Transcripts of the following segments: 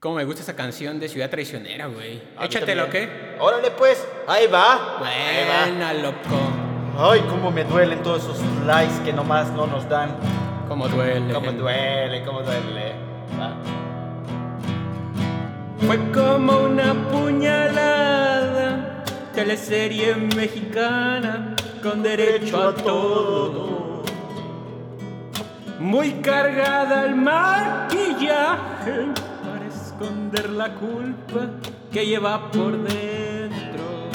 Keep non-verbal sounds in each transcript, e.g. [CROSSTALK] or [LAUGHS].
Como me gusta esa canción de Ciudad Traicionera, güey. A mí Échatelo, también. ¿qué? Órale, pues, ahí va. Ahí Buena, loco. va. Ay, cómo me duelen todos esos likes que nomás no nos dan. Como duele. Cómo gente. duele, cómo duele. Va. Fue como una puñalada, teleserie mexicana con derecho a todo. Muy cargada al maquillaje para esconder la culpa que lleva por dentro.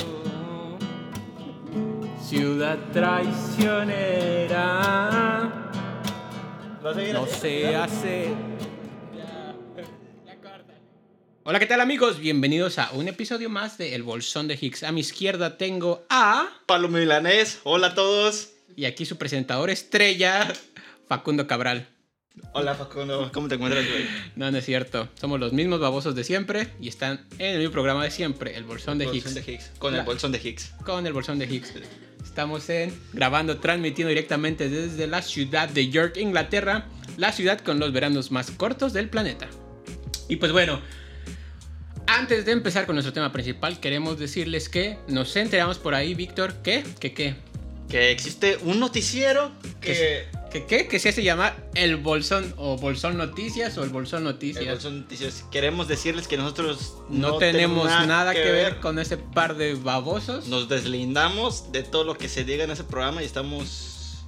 Ciudad traicionera, No sé, no mira, se mira. hace. Hola, ¿qué tal amigos? Bienvenidos a un episodio más de El Bolsón de Higgs. A mi izquierda tengo a... Pablo Milanés, hola a todos. Y aquí su presentador estrella, Facundo Cabral. Hola, Facundo. ¿Cómo te encuentras, güey? No, no es cierto. Somos los mismos babosos de siempre y están en el mismo programa de siempre, El Bolsón de Bolsón Higgs. de Higgs. Con el Hola. bolsón de Higgs. Con El Bolsón de Higgs. Estamos en, grabando, transmitiendo directamente desde la ciudad de York, Inglaterra. La ciudad con los veranos más cortos del planeta. Y pues bueno, antes de empezar con nuestro tema principal, queremos decirles que nos enteramos por ahí, Víctor, que, que, que, que existe un noticiero Que que, que, que se hace llamar el Bolsón o Bolsón Noticias o el Bolsón Noticias. el Bolsón de Noticias. Queremos decirles que nosotros no, tenemos nada, que ver con ese par de babosos. Nos deslindamos de todo lo que se diga en ese programa y estamos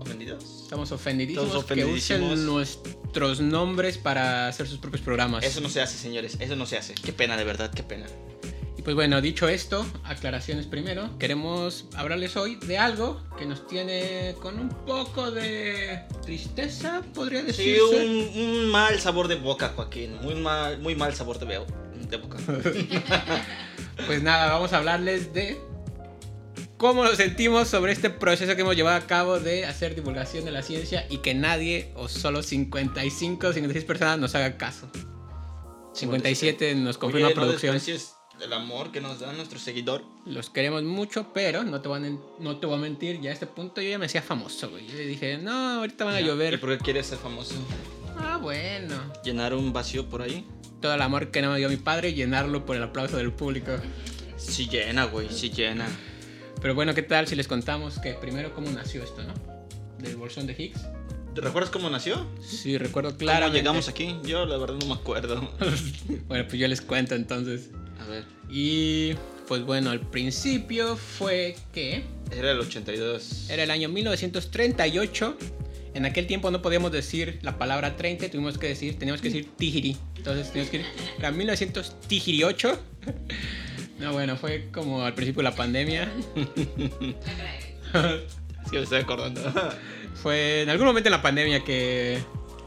ofendidos. Estamos ofendidísimos, Estamos que ofendidísimos. usen nuestros nombres para hacer sus propios programas. Eso no se hace, señores. Eso no se hace. Qué pena, de verdad, qué pena. Y pues bueno, dicho esto, aclaraciones primero. Queremos hablarles hoy de algo que nos tiene con un poco de tristeza, podría Sí, decirse. un, un mal sabor de boca, Joaquín. Muy mal, muy mal sabor de, veo- [LAUGHS] de boca. Pues nada, vamos a hablarles de cómo nos sentimos sobre este proceso que hemos llevado a cabo de hacer divulgación de la ciencia y que nadie o solo 55 o 56 personas nos haga caso. 57 nos confirma Oye, no producción. desprecies el amor que nos da nuestro seguidor. Los queremos mucho, pero no te, van en- no te voy a mentir, ya a este punto yo ya me hacía famoso, güey. Yo le dije, no, ahorita van Ah, a ¿Y llover. por qué quieres ser famoso? Ah, bueno. ¿Llenar un vacío por ahí? Todo el amor que no me dio mi padre, llenarlo por el aplauso del público. Sí llena, güey, sí llena. Pero bueno, ¿qué tal si les contamos que primero cómo nació esto, no? Del bolsón de Higgs. ¿Te recuerdas cómo nació? Sí, recuerdo Claro, claramente. llegamos aquí? Yo la verdad no me acuerdo. [LAUGHS] Bueno, pues yo les cuento entonces. A ver, Y pues bueno, al principio fue que era el 82. era el año 1938. En aquel tiempo no podíamos decir la palabra 30, tuvimos que decir, teníamos que decir tijiri. Entonces teníamos que ir, era 1938. [LAUGHS] No, bueno, fue como al principio de la pandemia. Sí, me estoy [LAUGHS] acordando. Fue en algún momento en la pandemia que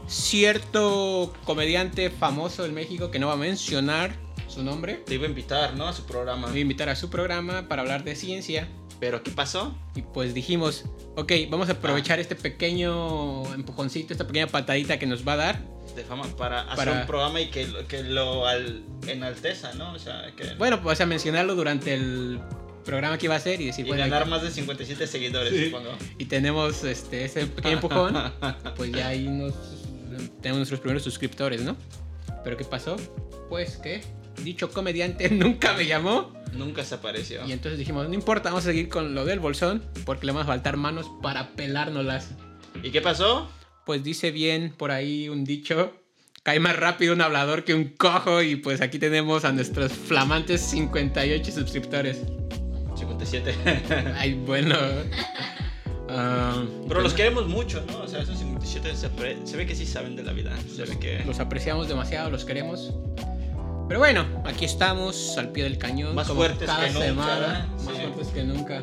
cierto comediante famoso en México, que no va a mencionar su nombre, Te iba a invitar, ¿no? A su programa. me invitar a su programa para hablar de ciencia. Pero ¿qué pasó? Y pues dijimos, ok, vamos a aprovechar este pequeño empujoncito, esta pequeña patadita que nos va a dar. De fama para, hacer Para- un programa y que, lo- que lo al, enalteza, ¿no? O sea, que... Bueno, pues a mencionarlo durante el programa que iba a hacer y decir, y bueno, ganar más de 57 seguidores, supongo. y tenemos este, ese pequeño [LAUGHS] empujón, pues ya ahí nos, tenemos nuestros primeros suscriptores, ¿no? Pero ¿qué pasó? Pues que dicho comediante [LAUGHS] nunca me llamó. Nunca se apareció. Y entonces dijimos, no importa, vamos a seguir con lo del bolsón, porque le van a faltar manos para pelárnoslas. ¿Y qué pasó? Pues dice bien por ahí un dicho, cae más rápido un hablador que un cojo y pues aquí tenemos a nuestros flamantes 58 suscriptores. [LAUGHS] 57. Ay, bueno. ah, Pero los queremos mucho, ¿no? O sea, esos 57 se, pre- se ve que sí saben de la vida. Se ve que... Los apreciamos demasiado, los queremos. Pero bueno, aquí estamos al pie del cañón. Más como fuertes cada que nunca, semana. ¿verdad? Más Sí. fuertes que nunca.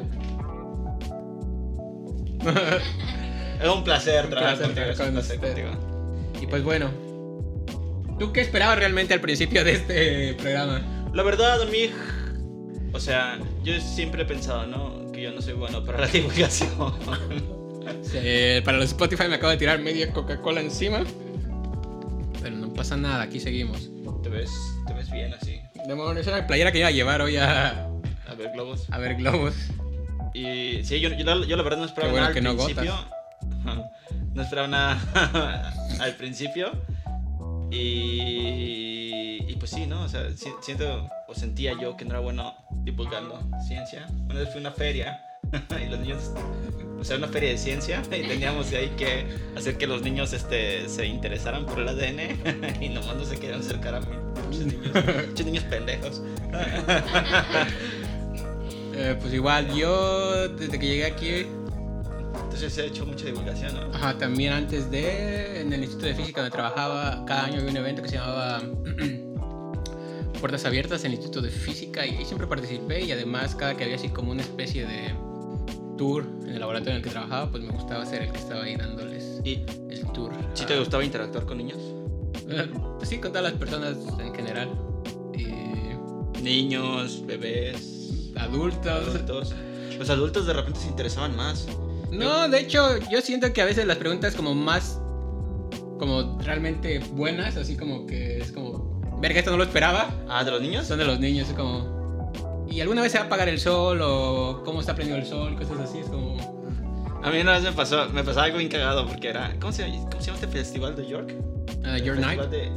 Es un placer Un trabajar placer contigo. Es un trabajar placer con contigo. Y pues bueno, ¿tú qué esperabas realmente al principio de este programa? La verdad, a mí. O sea, yo siempre he pensado, ¿no? Que yo no soy bueno para la [LAUGHS] divulgación. Eh, para los Spotify me acabo de tirar media Coca-Cola encima. Pero no pasa nada, aquí seguimos. ¿Te ves, te ves bien así. Demonios, era la playera que iba a llevar hoy a, A ver, globos. a ver globos. Y sí, yo, yo, la, yo la verdad no esperaba Qué bueno nada que al no principio. [LAUGHS] No esperaba nada al principio. Y. pues sí, ¿no? O sea, si- siento o sentía yo que no era bueno divulgando ciencia. Una vez fui a una feria [LAUGHS] y los niños, o sea, una feria de ciencia [LAUGHS] y teníamos ahí que hacer que los niños este, se interesaran por el ADN [LAUGHS] y nomás no se querían acercar a mí. [LAUGHS] Muchos niños, muchos niños pendejos. Eh, pues igual, yo desde que llegué aquí, Entonces he hecho mucha divulgación, ¿no? ajá, también antes de, en el Instituto de Física donde trabajaba, cada año había un evento que se llamaba [CLEARS THROAT] Puertas Abiertas en el Instituto de Física y ahí siempre participé y además cada que había así como una especie de tour en el laboratorio en el que trabajaba, pues me gustaba ser el que estaba ahí dándoles ¿Y el tour. si a- te gustaba interactuar con niños? [LAUGHS] Sí, con todas las personas en general. Y Niños, bebés, adultos. adultos. Los adultos de repente se interesaban más. No, de hecho, yo siento que a veces las preguntas como más como realmente buenas, así como que es como verga, esto no lo esperaba. Ah, de los niños. Son de los niños, es como ¿y alguna vez se va a apagar el sol o cómo está prendido el sol? Cosas así, es como A mí una vez me pasó, me pasaba algo bien cagado porque era. ¿Cómo se, cómo se llama este festival de York? ah, ¿El your festival night. de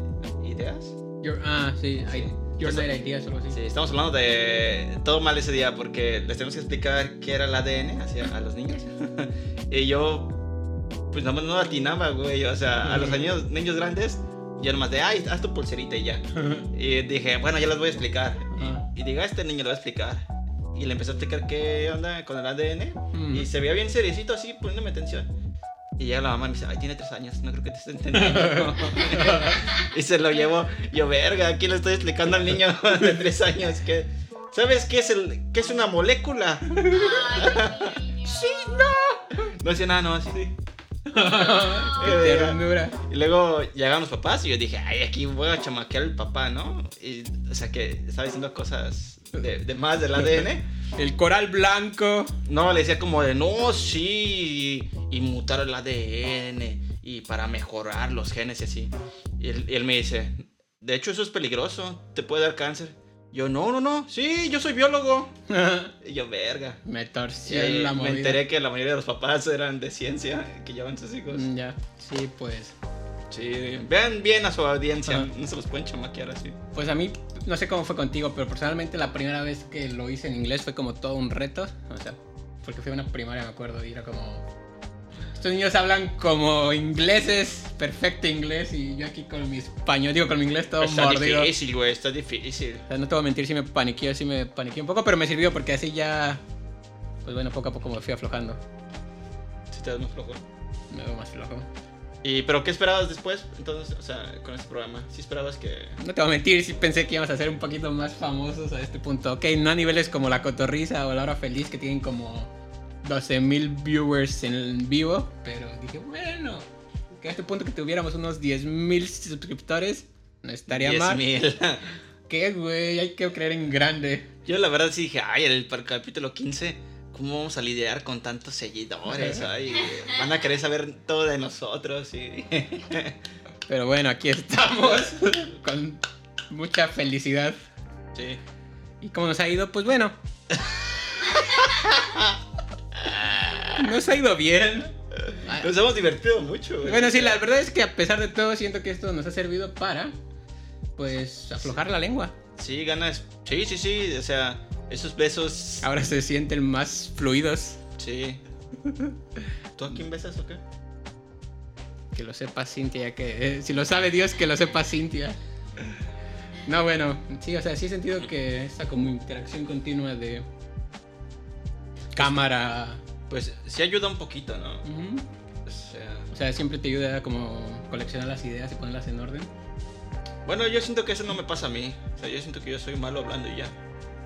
ideas. Your, ah, sí, Sí. I- your Eso- night ideas o algo así. Sí, estamos hablando de todo mal ese día porque les tenemos que explicar qué era el ADN hacia, a los niños. [LAUGHS] y yo, pues nomás no atinaba, güey. O sea, a los niños, niños grandes, yo nomás de, ay, haz tu pulserita y ya. Y dije, bueno, ya les voy a explicar. Ajá. Y diga, este niño lo voy a explicar. Y le empecé a explicar qué onda con el ADN. Mm. Y se veía bien seriecito así, poniéndome atención. Y llega la mamá y me dice, ay, tiene tres años, no creo que te esté entendiendo. [LAUGHS] y se lo llevo. Yo, verga, aquí le estoy explicando al niño [LAUGHS] de tres años que... ¿Sabes qué es, el, qué es una molécula? Sí. No decía nada, no, así. [LAUGHS] Qué Eh, ternura. Y luego llegaron los papás y yo dije, ay, aquí voy a chamaquear al papá, ¿no? Y, o sea, que estaba diciendo cosas de, de más del ADN. El coral blanco. [LAUGHS] No, le decía como de, no, sí, y mutar el ADN, y para mejorar los genes y así. Y él, y él me dice, de hecho eso es peligroso, te puede dar cáncer. Yo, no, no, no, sí, yo soy biólogo. Y yo, verga. Me Y torció ahí la me movida. enteré que la mayoría de los papás eran de ciencia, que llevan sus hijos. Mm, Ya, sí, pues. Sí, vean bien a su audiencia, Ajá. no se los pueden chamaquear así. Pues a mí, no sé cómo fue contigo, pero personalmente la primera vez que lo hice en inglés fue como todo un reto. O sea, porque fui a una primaria, me acuerdo, y era como... Estos niños hablan como ingleses, perfecto inglés, y yo aquí con mi español, digo, con mi inglés todo Está mordido. difícil, güey, está difícil. O sea, no te voy a mentir, sí me paniqueó, sí me paniqueó un poco, pero me sirvió porque así ya... Pues bueno, poco a poco me fui aflojando. Si te das más flojo. Me veo más flojo. ¿Y pero qué esperabas después? Entonces, o sea, con este programa, ¿sí esperabas que No te voy a mentir, sí pensé que íbamos a ser un poquito más famosos a este punto. Ok, no a niveles como La Cotorrisa o La Hora Feliz que tienen como 12.000 viewers en vivo, pero dije, bueno, que a este punto que tuviéramos unos 10.000 suscriptores, no estaría mal. 10,000. ¿Qué, güey? Hay que creer en grande. [LAUGHS] Yo la verdad sí dije, ay, el para el capítulo 15, ¿cómo vamos a lidiar con tantos seguidores? Ay, van a querer saber todo de nosotros [LAUGHS] y Pero bueno, aquí estamos con mucha felicidad. sí. ¿Y cómo nos ha ido? Pues bueno. Nos ha ido bien. Nos hemos divertido mucho. güey. Bueno, sí, la verdad es que a pesar de todo, siento que esto nos ha servido para, pues, aflojar la lengua. Sí, ganas. Sí, sí, sí, o sea, esos besos. Ahora se sienten más fluidos. [LAUGHS] Sí. ¿Tú a quién besas o qué? Que lo sepa Cintia, ya que eh, si lo sabe Dios, que lo sepa Cintia. No, bueno, sí, o sea, sí he sentido que esta como interacción continua de cámara. Pues sí ayuda un poquito, ¿no? ujú, O sea, O sea, siempre te ayuda a como coleccionar las ideas y ponerlas en orden. bueno, yo siento que eso no me pasa a mí. O sea, yo siento que yo soy malo hablando y ya.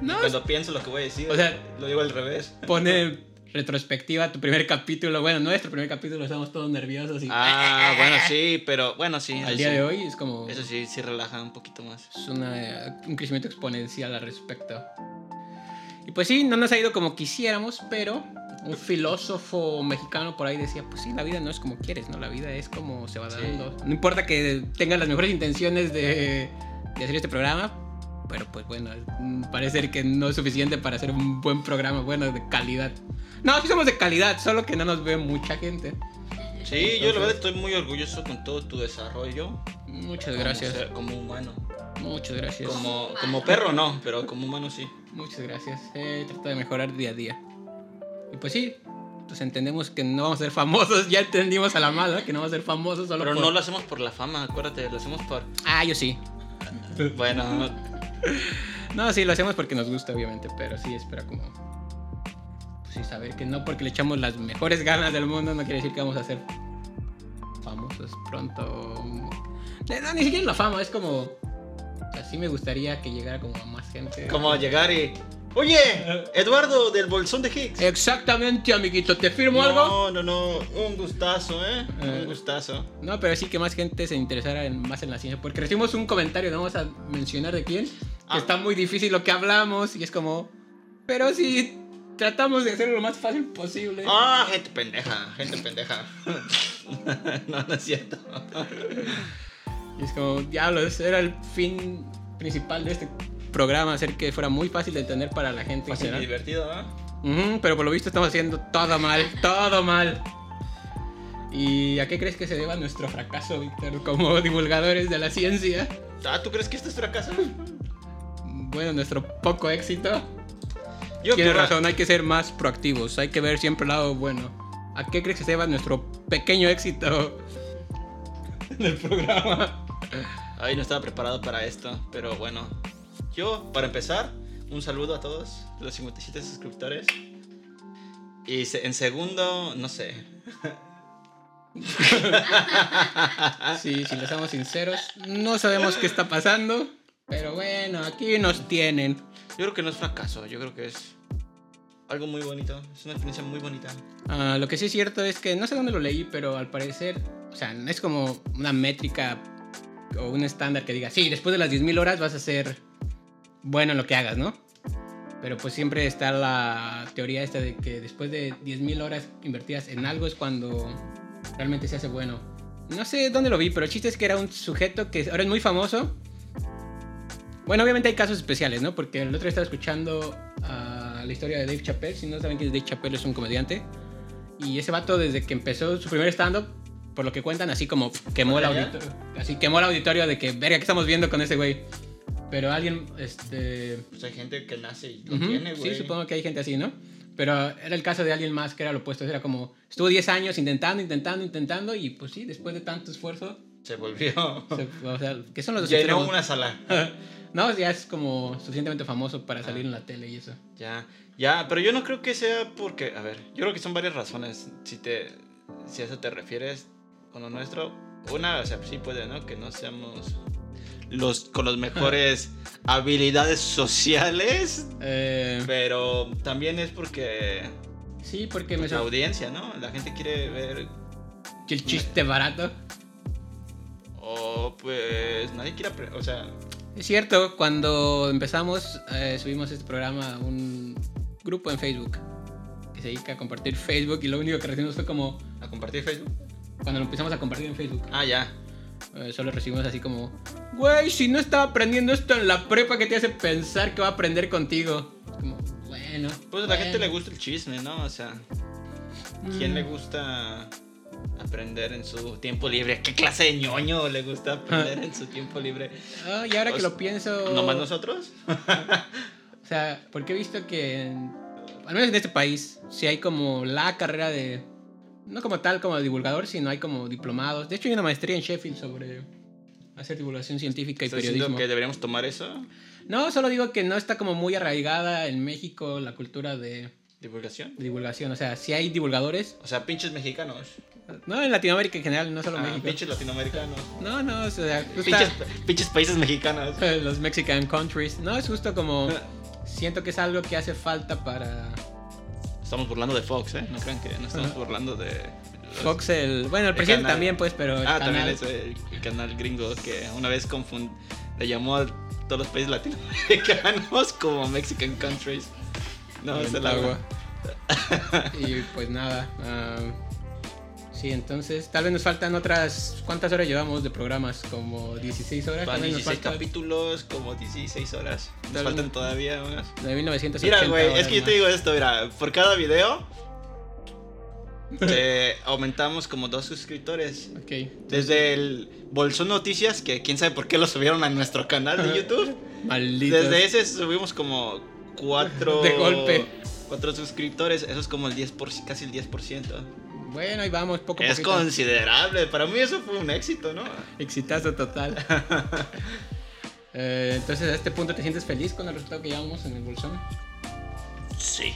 No, Cuando pienso lo que voy a decir, O sea- lo digo al revés. pone en retrospectiva tu primer capítulo. Bueno, nuestro primer capítulo, estamos todos nerviosos y [LAUGHS] Ah, bueno, sí, pero bueno, sí. al eso día sí. de hoy es como... Eso sí, sí relaja un poquito más. es una- un crecimiento exponencial al respecto. Y pues sí, no nos ha ido como quisiéramos, pero un filósofo mexicano por ahí decía, pues sí, la vida no es como quieres, ¿no? La vida es como se va Sí. dando. No importa que tengas las mejores intenciones de, de hacer este programa, pero pues bueno, mm, parece ser que no es suficiente para hacer un buen programa, bueno, de calidad. No, sí somos de calidad, solo que no nos ve mucha gente. Sí, yo la verdad estoy muy orgulloso con todo tu desarrollo. Muchas gracias. Como, ser- como humano. Muchas gracias. Como, como perro no, pero como humano sí. Muchas gracias. Eh, trata de mejorar día a día. Y pues sí, pues entendemos que no vamos a ser famosos. [LAUGHS] Ya entendimos a la mala que no vamos a ser famosos solo Pero por- no lo hacemos por la fama, acuérdate, lo hacemos [LAUGHS] por... Ah, yo sí. Bueno, No, sí, lo hacemos porque nos gusta, obviamente, pero sí, espera como... Pues sí, saber que no porque le echamos las mejores ganas del mundo no quiere decir que vamos a ser famosos pronto. No, no, ni siquiera la fama, es como... Así me gustaría que llegara como a más gente. como llegar y... Oye, Eduardo del Bolsón de Higgs. Exactamente, amiguito, ¿te firmo algo? No, no, no, un gustazo, ¿eh? Eh. Un gustazo. No, pero sí que más gente se interesara en- más en la ciencia. Porque recibimos un comentario, no vamos a mencionar de quién, que Ah. está muy difícil lo que hablamos y es como... Pero sí, tratamos de hacerlo lo más fácil posible. Ah, gente pendeja, gente pendeja. [LAUGHS] no, no es cierto. Y es como, diablos, era el fin principal de este programa, hacer que fuera muy fácil de entender para la gente en Fácil y general. divertido, ¿no? Ujú, pero por lo visto estamos haciendo todo mal, todo mal. ¿Y a qué crees que se deba nuestro fracaso, Víctor, como divulgadores de la ciencia? Ah, ¿tú crees que esto [LAUGHS] es fracaso? Bueno, nuestro poco éxito. Yo Tienes creo- razón, hay que ser más proactivos, hay que ver siempre el lado bueno. ¿A qué crees que se deba nuestro pequeño éxito del programa? Ay, no estaba preparado para esto, pero bueno. Yo, para empezar, un saludo a todos los 57 suscriptores. Y se- en segundo, no sé. Sí, si le estamos sinceros, no sabemos qué está pasando, pero bueno, aquí nos tienen. Yo creo que no es fracaso, yo creo que es algo muy bonito. Es una experiencia muy bonita. Ah, lo que sí es cierto es que no sé dónde lo leí, pero al parecer, o sea, no es como una métrica o un estándar que diga, sí, después de las 10.000 horas vas a ser bueno en lo que hagas, ¿no? Pero pues siempre está la teoría esta de que después de 10.000 horas invertidas en algo es cuando realmente se hace bueno. No sé dónde lo vi, pero el chiste es que era un sujeto que ahora es muy famoso. Bueno, obviamente hay casos especiales, ¿no? Porque el otro día estaba escuchando ah, la historia de Dave Chappelle. Si no saben quién es Dave Chappelle, es un comediante. Y ese vato, desde que empezó su primer stand-up, por lo que cuentan, así como quemó el ¿Hola, ya? auditorio. Así quemó el auditorio de que, verga, ¿qué estamos viendo con ese güey? Pero alguien, este... Pues hay gente que nace y lo Ujú, tiene, güey. Sí, supongo que hay gente así, ¿no? Pero era el caso de alguien más que era lo opuesto. Era como, estuvo 10 años intentando, intentando, intentando y pues sí, después de tanto [LAUGHS] esfuerzo, Se volvió. [LAUGHS] se- o sea, que son los dos Llenó extremos. una sala. No, ya es como suficientemente famoso para salir en la tele y eso. Ya, ya, pero yo no creo que sea porque, a ver, yo creo que son varias razones. Si te, si a eso te refieres con lo nuestro, una, o sea, sí puede, ¿no? Que no seamos los con las [LAUGHS] mejores habilidades sociales, Eh, pero también es porque sí, porque me la sorprendió audiencia, ¿no? La gente quiere ver el chiste barato. o pues nadie quiere, apre- o sea, Es cierto, cuando empezamos, eh, subimos este programa a un grupo en Facebook que se dedica a compartir Facebook y lo único que recibimos fue como a compartir Facebook. cuando lo empezamos a compartir en Facebook. Ah, ya. Eh, solo recibimos así como, güey, si no estaba aprendiendo esto en la prepa, ¿qué te hace pensar que va a aprender contigo? Como, bueno. Pues a la gente le gusta el chisme, ¿no? O sea, ¿Quién Mm. le gusta aprender en su tiempo libre? ¿Qué clase de ñoño le Ah. gusta aprender en su tiempo libre? gusta? y Mm, ahora que lo pienso... Pues, ¿Nomás nosotros? O sea, porque he visto que, en- al menos en este país, sí hay como la carrera de... No como tal, como divulgador, sino hay como diplomados. De hecho, hay una maestría en Sheffield sobre hacer divulgación científica y ¿Estás diciendo periodismo. que deberíamos tomar eso? No, solo digo que no está como muy arraigada en México la cultura de ¿Divulgación? divulgación. O sea, sí hay divulgadores, O sea, pinches mexicanos. No, en Latinoamérica en general, no solo Ah, México. pinches latinoamericanos. No, no, o sea, justo Pinches, pinches países mexicanos. los Mexican countries. No, es justo como Ah. siento que es algo que hace falta para Pues, Estamos burlando de Fox, ¿eh? No crean que no estamos burlando de... los- Fox el, bueno, el El presidente canal. también pues, pero el Ah, canal- también es el, el canal gringo que una vez confund... le llamó a todos los países latinoamericanos [LAUGHS] como Mexican countries. No, es el agua. Y pues nada. ah, sí, entonces tal vez nos faltan otras ¿cuántas horas llevamos de programas? Como 16 horas, tal Van vez nos 16 falta capítulos, como 16 horas. Nos Tal- faltan todavía unas. de 1980 Mira, güey, es horas que yo te más. digo esto, mira, por cada video eh, [LAUGHS] aumentamos como dos suscriptores. Ok. Desde el Bolsón Noticias, que quién sabe por qué lo subieron a nuestro canal de YouTube. Maldito. Desde ese subimos como [LAUGHS] cuatro. De golpe. Cuatro suscriptores, eso es como el 10%, casi el 10%. Bueno, ahí vamos, poco a Es poquito. considerable, para mí eso fue un éxito, ¿no? Exitazo [LAUGHS] total. Eh, entonces, a este punto, ¿te sientes feliz con el resultado que llevamos en el bolsón? Sí.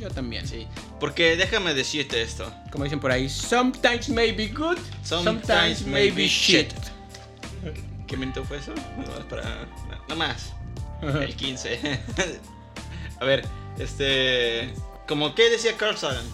Yo también, sí. Porque déjame decirte esto. Como dicen por ahí, sometimes may be good, sometimes, may be shit. ¿Qué minuto fue eso? No, para... no más. El 15. [LAUGHS] a ver, este. Como que decía Carl Sagan.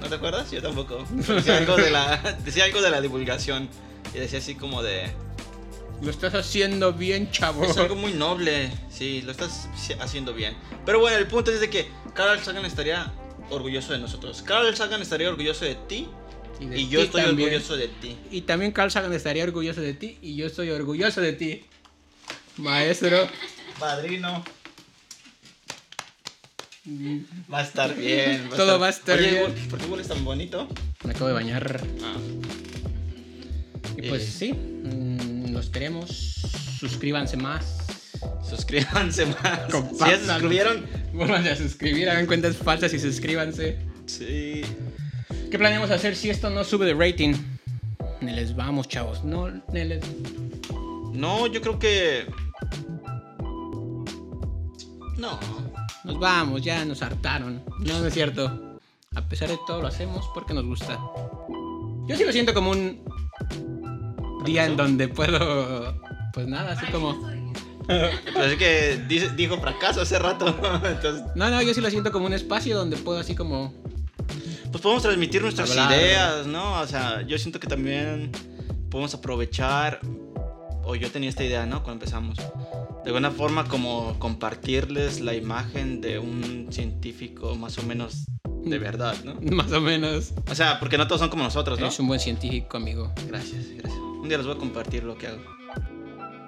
¿No te acuerdas? Yo tampoco. Pero Decía algo [LAUGHS] de la, decía algo de la divulgación. Y decía así como de. [LAUGHS] Lo estás haciendo bien, chavo. Es algo muy noble. Sí, lo estás haci- haciendo bien. Pero bueno, el punto es de que Carl Sagan estaría orgulloso de nosotros. Carl Sagan estaría orgulloso de ti. Y, de Y yo ti estoy también. orgulloso de ti. Y también Carl Sagan estaría orgulloso de ti y yo estoy orgulloso de ti. Maestro, Padrino. Va a estar bien. Mm. Todo va a estar Oye, bien. Gu- ¿Por qué hueles tan bonito? me acabo de bañar. Ah. Y pues Eh. sí, mm, los queremos. Suscríbanse más. Suscríbanse más. Si ya se Compártanlo. suscribieron. Vuelvan a suscribir, hagan cuentas falsas y suscríbanse. Sí. ¿Qué planeamos hacer si esto no sube de rating? Ne les vamos, chavos. No, ne les... No, yo creo que. No. Nos vamos, ya nos hartaron. No, no es cierto. A pesar de todo, lo hacemos porque nos gusta. Yo sí lo siento como un día en donde puedo. Pues nada, así como. Pero es que dice- dijo fracaso hace rato. [LAUGHS] Entonces, No, no, yo sí lo siento como un espacio donde puedo, así como. [LAUGHS] pues podemos transmitir nuestras Hablar. ideas, ¿no? O sea, yo siento que también podemos aprovechar. O yo tenía esta idea, ¿no? Cuando empezamos. De alguna forma, como compartirles la imagen de un científico más o menos de verdad, ¿no? Más o menos. O sea, porque no todos son como nosotros, ¿no? Eres un buen científico, amigo. Gracias, gracias. Un día les voy a compartir lo que hago.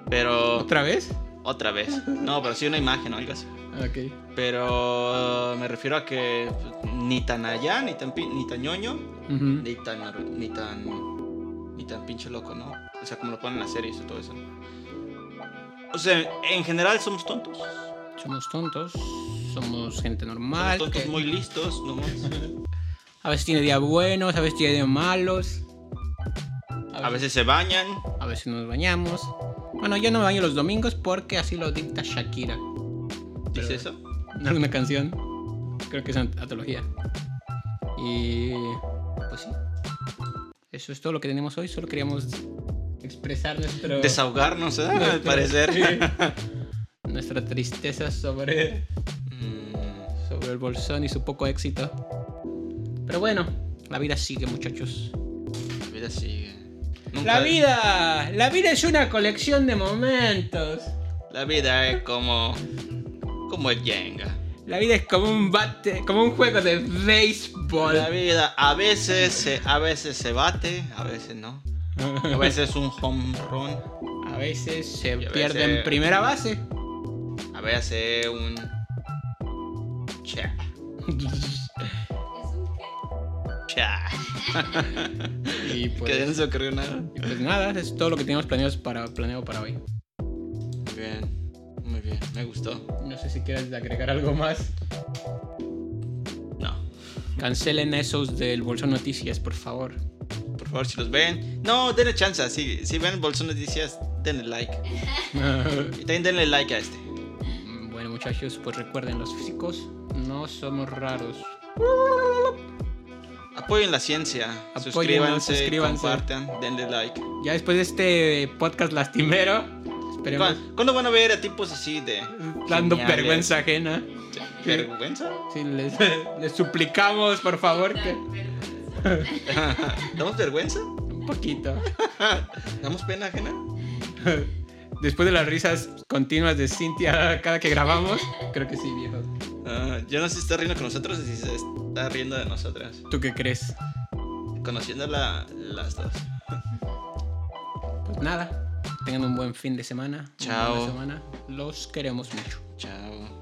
Pero ¿Otra vez? otra vez. No, pero sí una imagen o algo así. Ah, Ok. Pero me refiero a que pues, ni tan allá, ni tan, pi- ni tan ñoño, Ujú. ni tan, or- ni tan, ni tan pinche loco, ¿no? O sea, como lo ponen en las series y todo eso. O sea, en general somos tontos. Somos Somos tontos. Somos gente normal. tontos que muy listos, ¿no? [LAUGHS] A veces tiene días buenos, a veces tiene días malos. A veces se bañan. A veces nos bañamos. Bueno, yo no me baño los domingos porque así lo dicta Shakira. Pero- ¿Dice eso? No es una canción. Creo que es una antología. Y. Pues sí. Eso es todo lo que tenemos hoy. Solo queríamos expresar nuestro. Desahogarnos, ¿eh? [LAUGHS] Al nuestro- [LAUGHS] parecer. sí, nuestra tristeza sobre. Mm. Sobre el bolsón y su poco éxito. Pero bueno, la vida sigue, muchachos. La vida sigue. ¡La Nunca- vida! ¡La vida es una colección de momentos! La vida es como. como el Jenga. La vida es como un bate, como un juego de béisbol. La vida a veces se, a veces se bate, a veces no. A veces un home run, A veces se veces- pierde en primera base. [LAUGHS] a veces un. Cha, cha. y, Que no pues, se ocurrió nada. y pues nada, eso es todo lo que teníamos planeado para, planeado para hoy. Muy bien, muy bien, me gustó. No sé si quieres agregar algo más. No, Cancelen esos del Bolsón Noticias, por favor. por favor, si los ven, no, denle chance. Si, si ven Bolsón Noticias, denle like. Y también denle like a este. [LAUGHS] bueno, muchachos, pues recuerden, los físicos no somos raros. Apoyen la ciencia. Apóyennos, suscríbanse, suscríbanse. compartan, denle like. Ya después de este podcast lastimero, esperemos ¿Cuándo, cuándo van a ver a tipos así de dando geniales? vergüenza ajena. ¿Vergüenza? Pues, [LAUGHS] Sí, les, [LAUGHS] les suplicamos, por favor, que ¿Damos vergüenza? un poquito. ¿Damos pena ajena? Después de las risas continuas de Cintia cada que grabamos, creo que sí, viejo. Ah, yo no sé si está riendo con nosotros o si se está riendo de nosotras. ¿Tú qué crees? Conociendo la- las dos. Pues nada, tengan un buen fin de semana. una Chao. buena semana. Los queremos mucho. Chao.